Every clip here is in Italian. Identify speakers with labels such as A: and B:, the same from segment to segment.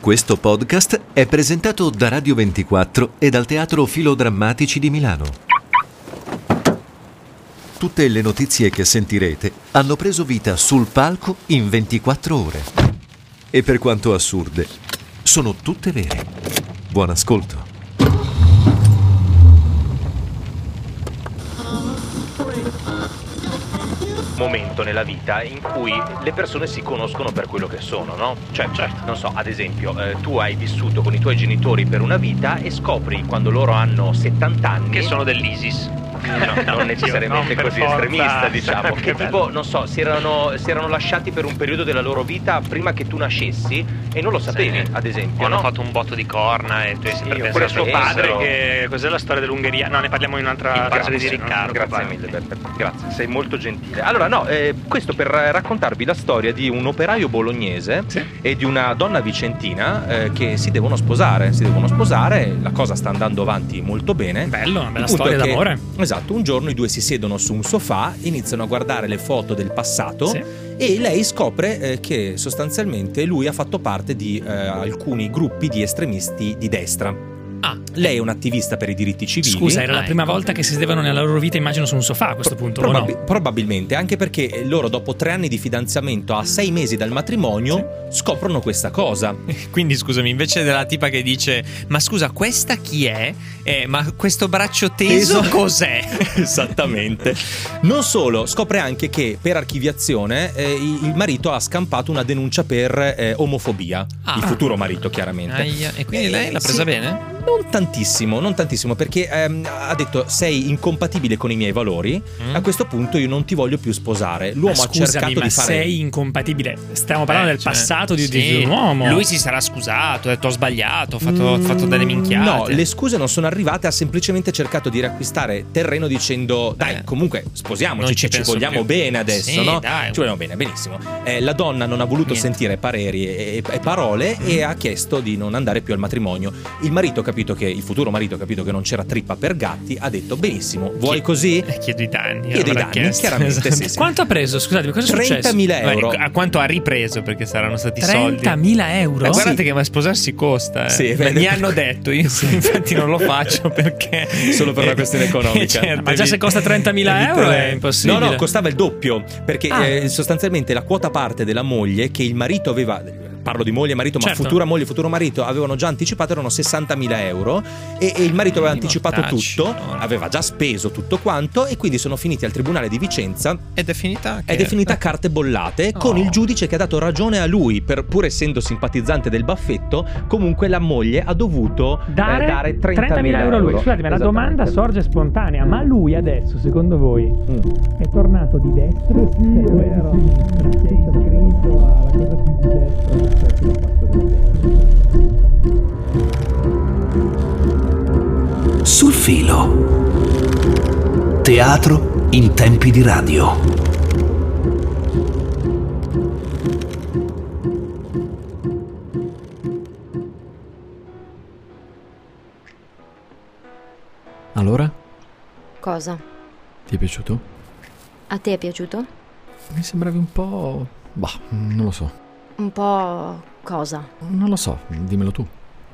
A: Questo podcast è presentato da Radio 24 e dal Teatro Filodrammatici di Milano. Tutte le notizie che sentirete hanno preso vita sul palco in 24 ore. E per quanto assurde, sono tutte vere. Buon ascolto.
B: momento nella vita in cui le persone si conoscono per quello che sono, no? Cioè,
C: Certo.
B: non so, ad esempio, eh, tu hai vissuto con i tuoi genitori per una vita e scopri quando loro hanno 70 anni
C: che sono dell'ISIS.
B: No, non necessariamente
C: no, per
B: così
C: forza.
B: estremista, diciamo. Che
C: Che
B: tipo,
C: bello.
B: non so, si erano, si erano lasciati per un periodo della loro vita prima che tu nascessi e non lo sapevi,
C: Sì.
B: ad esempio.
C: O hanno
B: no?
C: fatto un botto di corna e tu hai sempre
B: Io
C: pensato
B: penso
C: suo padre
B: però.
C: che cos'è la storia dell'Ungheria? No, ne parliamo in un'altra
B: Ah, Grazie,
C: canzone di Riccardo.
B: Grazie
C: probabilmente.
B: mille, Beppe. Grazie, sei molto gentile. Allora, no, eh, questo per eh, raccontarvi la storia di un operaio bolognese
C: Sì.
B: e di una donna vicentina eh, che si devono sposare. Si devono sposare, la cosa sta andando avanti molto bene.
D: Bello, una
B: Il
D: bella
B: punto
D: storia
B: è che-
D: d'amore.
B: Esatto, un giorno i due si siedono su un sofà, iniziano a guardare le foto del passato
D: Sì.
B: e lei scopre eh, che sostanzialmente lui ha fatto parte di eh, alcuni gruppi di estremisti di destra.
D: Ah,
B: Lei è un attivista per i diritti civili.
D: scusa, era
E: Ah,
D: la prima
E: ecco.
D: volta che si sedevano nella loro vita, immagino, su un sofà a questo punto, o
B: Probabi-
D: no?
B: Probabilmente, anche perché loro dopo tre anni di fidanzamento a sei mesi dal matrimonio scoprono questa cosa.
E: Quindi scusami, invece della tipa che dice "Ma scusa, questa chi è? Eh, ma questo braccio teso,
B: Teso?
E: cos'è?"
B: Esattamente. Non solo, scopre anche che per archiviazione eh, i- il marito ha scampato una denuncia per eh, omofobia.
E: Ah.
B: Il futuro marito, chiaramente.
E: Aia, e quindi
B: Eh,
E: lei l'ha presa
B: sì.
E: bene?
B: Non tantissimo, non tantissimo, perché ehm, ha detto sei incompatibile con i miei valori,
E: Mm.
B: a questo punto io non ti voglio più sposare. L'uomo
D: Ma
B: ha
D: scusami,
B: cercato
D: ma
B: di fare...
D: sei incompatibile. Stiamo parlando
E: Eh,
D: del
E: cioè,
D: passato di, di
E: sì.
D: un uomo.
E: Lui si sarà scusato, ha detto ho sbagliato, ho fatto, ho fatto delle minchiate.
B: No, le scuse non sono arrivate, ha semplicemente cercato di riacquistare terreno dicendo dai,
E: Eh.
B: comunque sposiamoci,
E: Non
B: ci,
E: ci
B: ci
E: penso
B: vogliamo
E: più."
B: bene adesso,
E: Sì,
B: no?
E: dai.
B: Ci vogliamo bene, benissimo. Eh, la donna non ha voluto
E: Niente. Mm.
B: sentire pareri e, e parole e ha chiesto di non andare più al matrimonio. Il marito ha capito che, il futuro marito ha capito che non c'era trippa per gatti, ha detto benissimo, vuoi
E: Chi-
B: così?
E: Eh, Chiedo i danni.
B: Chiedo i
E: avrà
B: danni,
E: chiesto.
B: chiaramente,
E: Esatto.
B: sì, sì.
D: Quanto ha preso? Scusatemi, cosa è successo?
B: 30.000 euro.
E: Beh, A quanto ha ripreso? Perché saranno stati soldi.
D: 30.000
E: Eh,
D: euro?
E: guardate
B: Sì.
E: che ma sposarsi costa. eh.
B: Sì,
E: Beh,
B: beh,
E: mi
B: per-
E: hanno detto, io infatti non lo faccio perché.
B: Solo per una questione economica.
E: certo,
D: Ma già se costa 30.000 euro è impossibile.
B: No, no, costava il doppio, perché
D: Ah.
B: eh, sostanzialmente la quota parte della moglie che il marito aveva, parlo di moglie e marito,
D: Certo.
B: ma futura moglie e futuro marito avevano già anticipato, erano 60.000 euro e, e il marito aveva
E: I
B: anticipato
E: mortacci,
B: tutto,
E: allora.
B: aveva già speso tutto quanto e quindi sono finiti al tribunale di Vicenza.
E: Ed è finita.
B: È definita carte bollate con
E: Oh.
B: il giudice che ha dato ragione a lui, per, pur essendo simpatizzante del baffetto, comunque la moglie ha dovuto eh,
D: Dare,
B: dare 30.000,
D: 30.000 euro a lui. Scusatemi, la domanda
B: Esattamente.
D: sorge spontanea, ma lui adesso, secondo voi,
B: Mm.
D: è tornato di destra?
F: Sul filo. Teatro in tempi di radio.
G: Allora,
H: Cosa?
G: ti è piaciuto?
H: A te è piaciuto?
G: Mi sembravi un po'... Bah, non lo so.
H: Un po'... cosa?
G: Non lo so, dimmelo tu.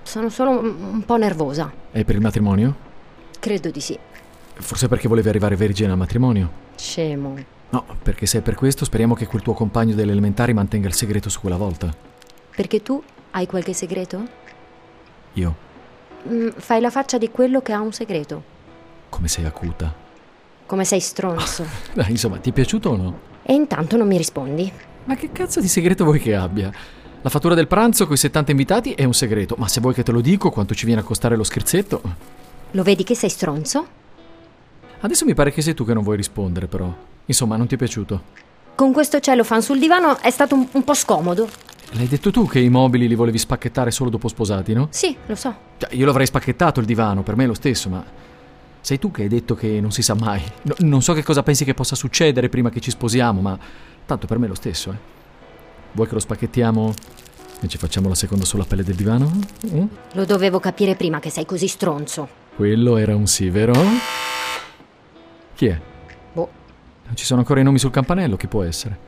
H: Sono solo un, un po' nervosa.
G: È per il matrimonio?
H: Credo di sì.
G: Forse perché volevi arrivare vergine al matrimonio?
H: Scemo.
G: No, perché se è per questo speriamo che quel tuo compagno delle elementari mantenga il segreto su quella volta.
H: Perché tu hai qualche segreto?
G: Io,
H: Mm, fai la faccia di quello che ha un segreto.
G: come sei acuta.
H: Come sei stronzo.
G: Dai, insomma, ti è piaciuto o no?
H: E intanto non mi rispondi.
G: Ma che cazzo di segreto vuoi che abbia? La fattura del pranzo coi 70 invitati è un segreto, ma se vuoi che te lo dico quanto ci viene a costare lo scherzetto?
H: Lo vedi che sei stronzo?
G: Adesso mi pare che sei tu che non vuoi rispondere, però. Insomma, non ti è piaciuto.
H: Con questo cellophane sul divano è stato un, un po' scomodo.
G: L'hai detto tu che i mobili li volevi spacchettare solo dopo sposati, no?
H: Sì, lo so.
G: Cioè, io l'avrei spacchettato il divano, per me è lo stesso, ma. Sei tu che hai detto che non si sa mai. No- non so che cosa pensi che possa succedere prima che ci sposiamo, ma. Tanto per me è lo stesso, eh. Vuoi che lo spacchettiamo e ci facciamo la seconda sulla pelle del divano? Mm?
H: Lo dovevo capire prima che sei così stronzo.
G: Quello era un sì, vero? Chi è?
H: Boh.
G: Ci sono ancora i nomi sul campanello, chi può essere?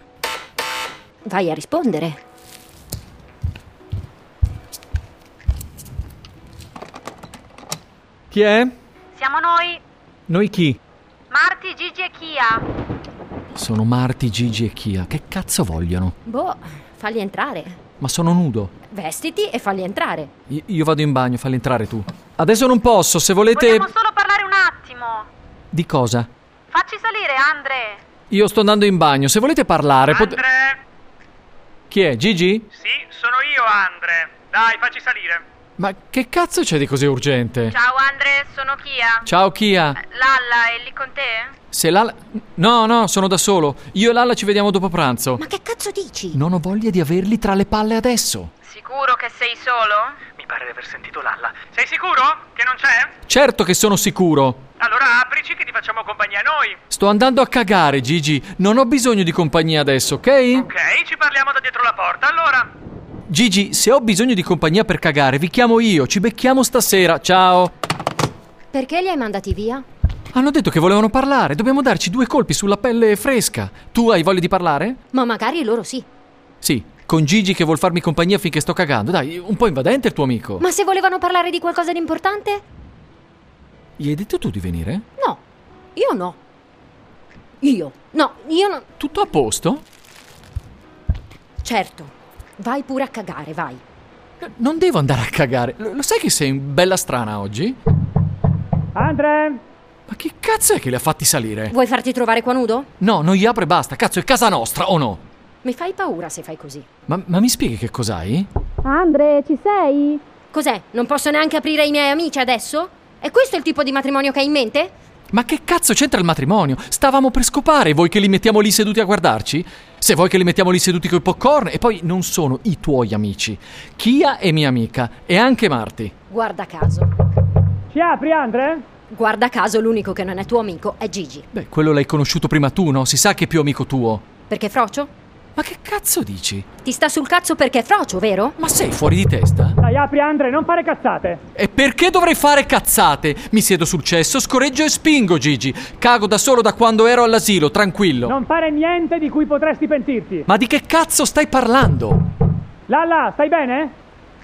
H: Vai a rispondere.
G: Chi è?
I: Siamo noi,
G: Noi chi?
I: Marti, Gigi e Kia.
G: Sono Marti, Gigi e Kia. Che cazzo vogliono?
H: Boh, falli entrare.
G: Ma sono nudo.
H: Vestiti e falli entrare.
G: I- io vado in bagno, falli entrare tu. Adesso non posso, se volete...
I: Vogliamo solo parlare un attimo.
G: Di cosa?
I: Facci salire, Andre.
G: Io sto andando in bagno, se volete parlare... pot-
C: Andre?
G: Chi è? Gigi?
C: Sì, sono io, Andre. Dai, facci salire.
G: Ma che cazzo c'è di così urgente?
I: Ciao, Andre, sono Kia.
G: Ciao Kia,
I: Lalla è lì con te?
G: se Lala... No, no, sono da solo. Io e Lala ci vediamo dopo pranzo.
H: Ma che cazzo dici?
G: Non ho voglia di averli tra le palle adesso.
I: Sicuro che sei solo?
C: Mi pare di aver sentito Lalla. Sei sicuro che non c'è?
G: Certo che sono sicuro.
C: Allora aprici che ti facciamo compagnia noi.
G: Sto andando a cagare, Gigi. Non ho bisogno di compagnia adesso, ok?
C: Ok, ci parliamo da dietro la porta, allora.
G: Gigi, se ho bisogno di compagnia per cagare, vi chiamo io. Ci becchiamo stasera. Ciao.
H: Perché li hai mandati via?
G: Hanno detto che volevano parlare. Dobbiamo darci due colpi sulla pelle fresca. Tu hai voglia di parlare?
H: Ma magari loro sì.
G: Sì, con Gigi che vuol farmi compagnia finché sto cagando. Dai, un po' invadente il tuo amico.
H: Ma se volevano parlare di qualcosa di importante?
G: Gli hai detto tu di venire?
H: No. Io no. Io. No, io no.
G: Tutto a posto?
H: Certo. Vai pure a cagare, vai.
G: N- Non devo andare a cagare. Lo lo sai che sei bella strana oggi?
D: Andre!
G: Ma che cazzo è che li ha fatti salire?
H: Vuoi farti trovare qua nudo?
G: No, non gli apre e basta. Cazzo, è casa nostra o no?
H: Mi fai paura se fai così.
G: Ma, ma mi spieghi che cos'hai?
J: Andre, ci sei?
H: Cos'è? Non posso neanche aprire i miei amici adesso? È questo il tipo di matrimonio che hai in mente?
G: Ma che cazzo c'entra il matrimonio? Stavamo per scopare, vuoi che li mettiamo lì seduti a guardarci? Se vuoi che li mettiamo lì seduti coi popcorn e poi non sono i tuoi amici. Kia è mia amica e anche Marti.
H: Guarda caso.
D: Ci apri, Andre?
H: Guarda caso l'unico che non è tuo amico è Gigi.
G: Beh, quello l'hai conosciuto prima tu, no? Si sa che è più amico tuo.
H: Perché è frocio?
G: Ma che cazzo dici?
H: Ti sta sul cazzo perché è frocio, vero?
G: Ma sei fuori di testa?
D: Dai, apri, Andre, non fare cazzate.
G: E perché dovrei fare cazzate? Mi siedo sul cesso, scorreggio e spingo, Gigi. Cago da solo da quando ero all'asilo, tranquillo.
D: Non fare niente di cui potresti pentirti.
G: Ma di che cazzo stai parlando?
D: Lalla, stai bene?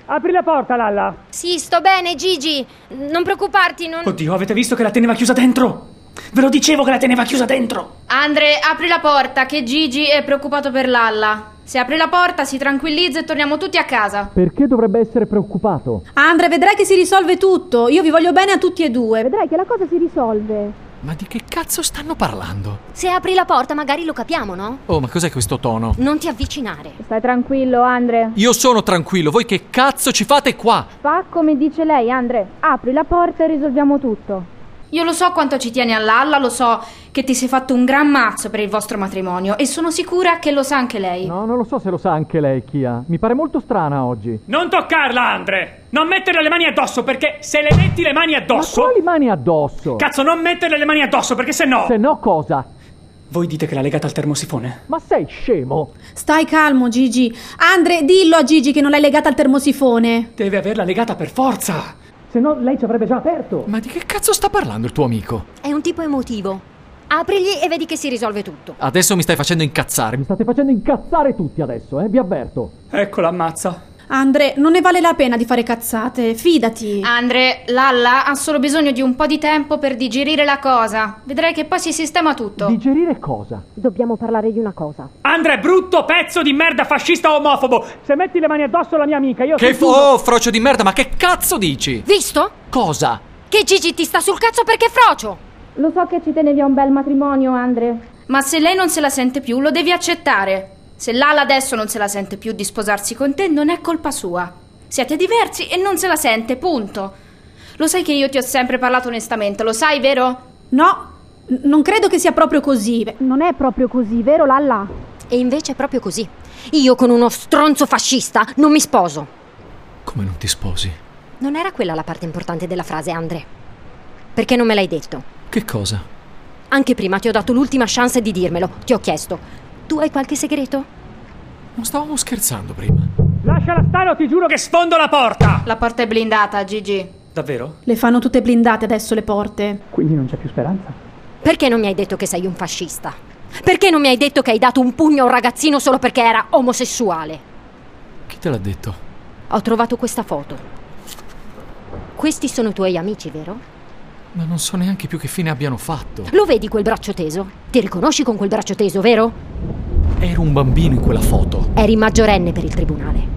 D: Apri la porta, Lalla.
H: Sì, sto bene, Gigi. Non preoccuparti, non.
K: Oddio, avete visto che la teneva chiusa dentro? Ve lo dicevo che la teneva chiusa dentro!
J: Andre, apri la porta, che Gigi è preoccupato per Lalla. Se apri la porta si tranquillizza e torniamo tutti a casa.
G: Perché dovrebbe essere preoccupato?
J: Andre, vedrai che si risolve tutto. Io vi voglio bene a tutti e due.
I: Vedrai che la cosa si risolve.
G: Ma di che cazzo stanno parlando?
H: Se apri la porta, magari lo capiamo, no?
G: Oh, ma cos'è questo tono?
H: Non ti avvicinare.
J: Stai tranquillo, Andre.
G: Io sono tranquillo, voi che cazzo ci fate qua?
I: Fa come dice lei, Andre. Apri la porta e risolviamo tutto.
J: Io lo so quanto ci tieni a Lalla, lo so che ti sei fatto un gran mazzo per il vostro matrimonio e sono sicura che lo sa anche lei.
G: No, non lo so se lo sa anche lei, Kia. Mi pare molto strana oggi.
K: Non toccarla, Andre! Non metterle le mani addosso perché se le metti le mani addosso.
G: mani addosso?
K: Cazzo, non metterle le mani addosso perché se no.
G: no cosa?
K: Voi dite che l'ha legata al termosifone?
G: Ma sei scemo?
J: Stai calmo, Gigi. Andre, dillo a Gigi che non l'hai legata al termosifone.
K: Deve averla legata per forza!
D: Se no, lei ci avrebbe già aperto.
G: Ma di che cazzo sta parlando il tuo amico?
H: È un tipo emotivo. Aprigli e vedi che si risolve tutto.
G: Adesso mi stai facendo incazzare. Mi state facendo incazzare tutti adesso, eh? Vi avverto.
K: Eccola, ammazza.
J: Andre, non ne vale la pena di fare cazzate, fidati.
I: Andre, Lalla ha solo bisogno di un po' di tempo per digerire la cosa. Vedrai che poi si sistema tutto.
G: Digerire cosa?
H: Dobbiamo parlare di una cosa.
K: Andre, brutto pezzo di merda fascista omofobo!
D: Se metti le mani addosso alla mia amica, io.
G: Che
D: sono
G: fo... Oh, frocio di merda, ma che cazzo dici?
H: Visto?
G: Cosa?
H: Che Gigi ti sta sul cazzo perché è frocio!
I: Lo so che ci tenevi a un bel matrimonio, Andre.
J: Ma se lei non se la sente più, lo devi accettare. Se Lala adesso non se la sente più di sposarsi con te, non è colpa sua. Siete diversi e non se la sente, punto. Lo sai che io ti ho sempre parlato onestamente, lo sai, vero? No, non credo che sia proprio così.
I: Non è proprio così, vero Lalla?
H: E invece è proprio così. Io con uno stronzo fascista non mi sposo.
G: Come non ti sposi?
H: Non era quella la parte importante della frase, Andre. Perché non me l'hai detto?
G: Che cosa?
H: Anche prima ti ho dato l'ultima chance di dirmelo. Ti ho chiesto. Tu hai qualche segreto?
G: Non stavamo scherzando prima.
D: Lasciala stare o ti giuro
K: Che
D: che.
K: sfondo la porta!
I: La porta è blindata, Gigi.
K: Davvero?
J: Le fanno tutte blindate adesso le porte.
D: Quindi non c'è più speranza.
H: Perché non mi hai detto che sei un fascista? Perché non mi hai detto che hai dato un pugno a un ragazzino solo perché era omosessuale?
G: Chi te l'ha detto?
H: Ho trovato questa foto. Questi sono i tuoi amici, vero?
G: Ma non so neanche più che fine abbiano fatto.
H: Lo vedi quel braccio teso? Ti riconosci con quel braccio teso, vero?
G: Ero un bambino in quella foto.
H: Eri maggiorenne per il tribunale.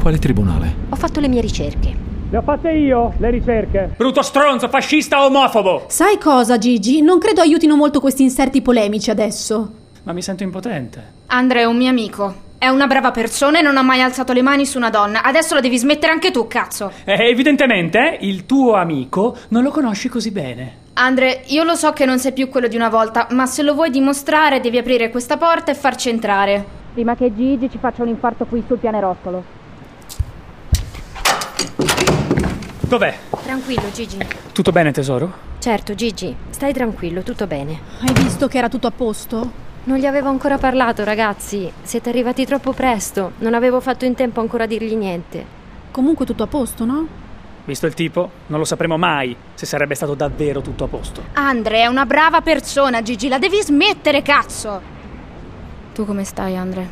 G: Quale tribunale?
H: Ho fatto le mie ricerche.
D: Le ho fatte io, le ricerche.
K: Bruto stronzo, fascista, omofobo!
L: Sai cosa, Gigi? Non credo aiutino molto questi inserti polemici adesso.
K: Ma mi sento impotente.
J: Andrea è un mio amico. È una brava persona e non ha mai alzato le mani su una donna. Adesso la devi smettere anche tu, cazzo.
K: Eh, evidentemente eh, il tuo amico non lo conosci così bene.
J: Andre, io lo so che non sei più quello di una volta, ma se lo vuoi dimostrare devi aprire questa porta e farci entrare.
M: Prima che Gigi ci faccia un infarto qui sul pianerottolo.
K: Dov'è?
H: Tranquillo, Gigi.
K: Tutto bene, tesoro?
H: Certo, Gigi, stai tranquillo, tutto bene.
L: Hai visto che era tutto a posto?
H: Non gli avevo ancora parlato, ragazzi. Siete arrivati troppo presto. Non avevo fatto in tempo ancora a dirgli niente.
L: Comunque tutto a posto, no?
K: Visto il tipo, non lo sapremo mai se sarebbe stato davvero tutto a posto.
J: Andre è una brava persona, Gigi, la devi smettere, cazzo. Tu come stai, Andre?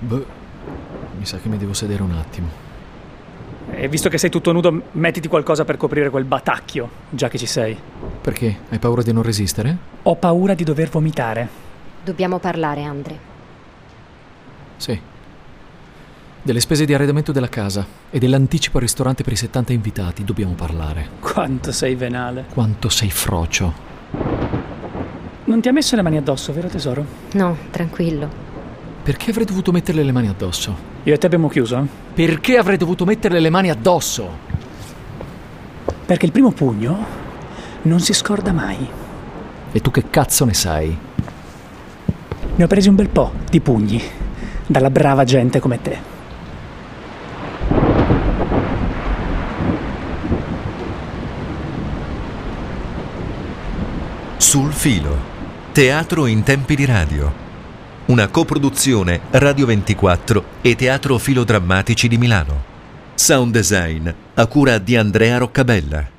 G: Beh, mi sa che mi devo sedere un attimo.
K: E visto che sei tutto nudo, mettiti qualcosa per coprire quel batacchio, già che ci sei.
G: Perché? Hai paura di non resistere?
K: Ho paura di dover vomitare.
H: Dobbiamo parlare, Andre.
G: Sì. Delle spese di arredamento della casa e dell'anticipo al ristorante per i 70 invitati dobbiamo parlare.
K: Quanto sei venale.
G: Quanto sei frocio.
K: Non ti ha messo le mani addosso, vero tesoro?
H: No, tranquillo.
G: Perché avrei dovuto metterle le mani addosso?
K: Io e te abbiamo chiuso, eh?
G: Perché avrei dovuto metterle le mani addosso?
K: Perché il primo pugno non si scorda mai.
G: E tu che cazzo ne sai?
K: Ne ho presi un bel po' di pugni dalla brava gente come te.
A: Sul filo. Teatro in tempi di radio. Una coproduzione Radio 24 e Teatro Filodrammatici di Milano. Sound design a cura di Andrea Roccabella.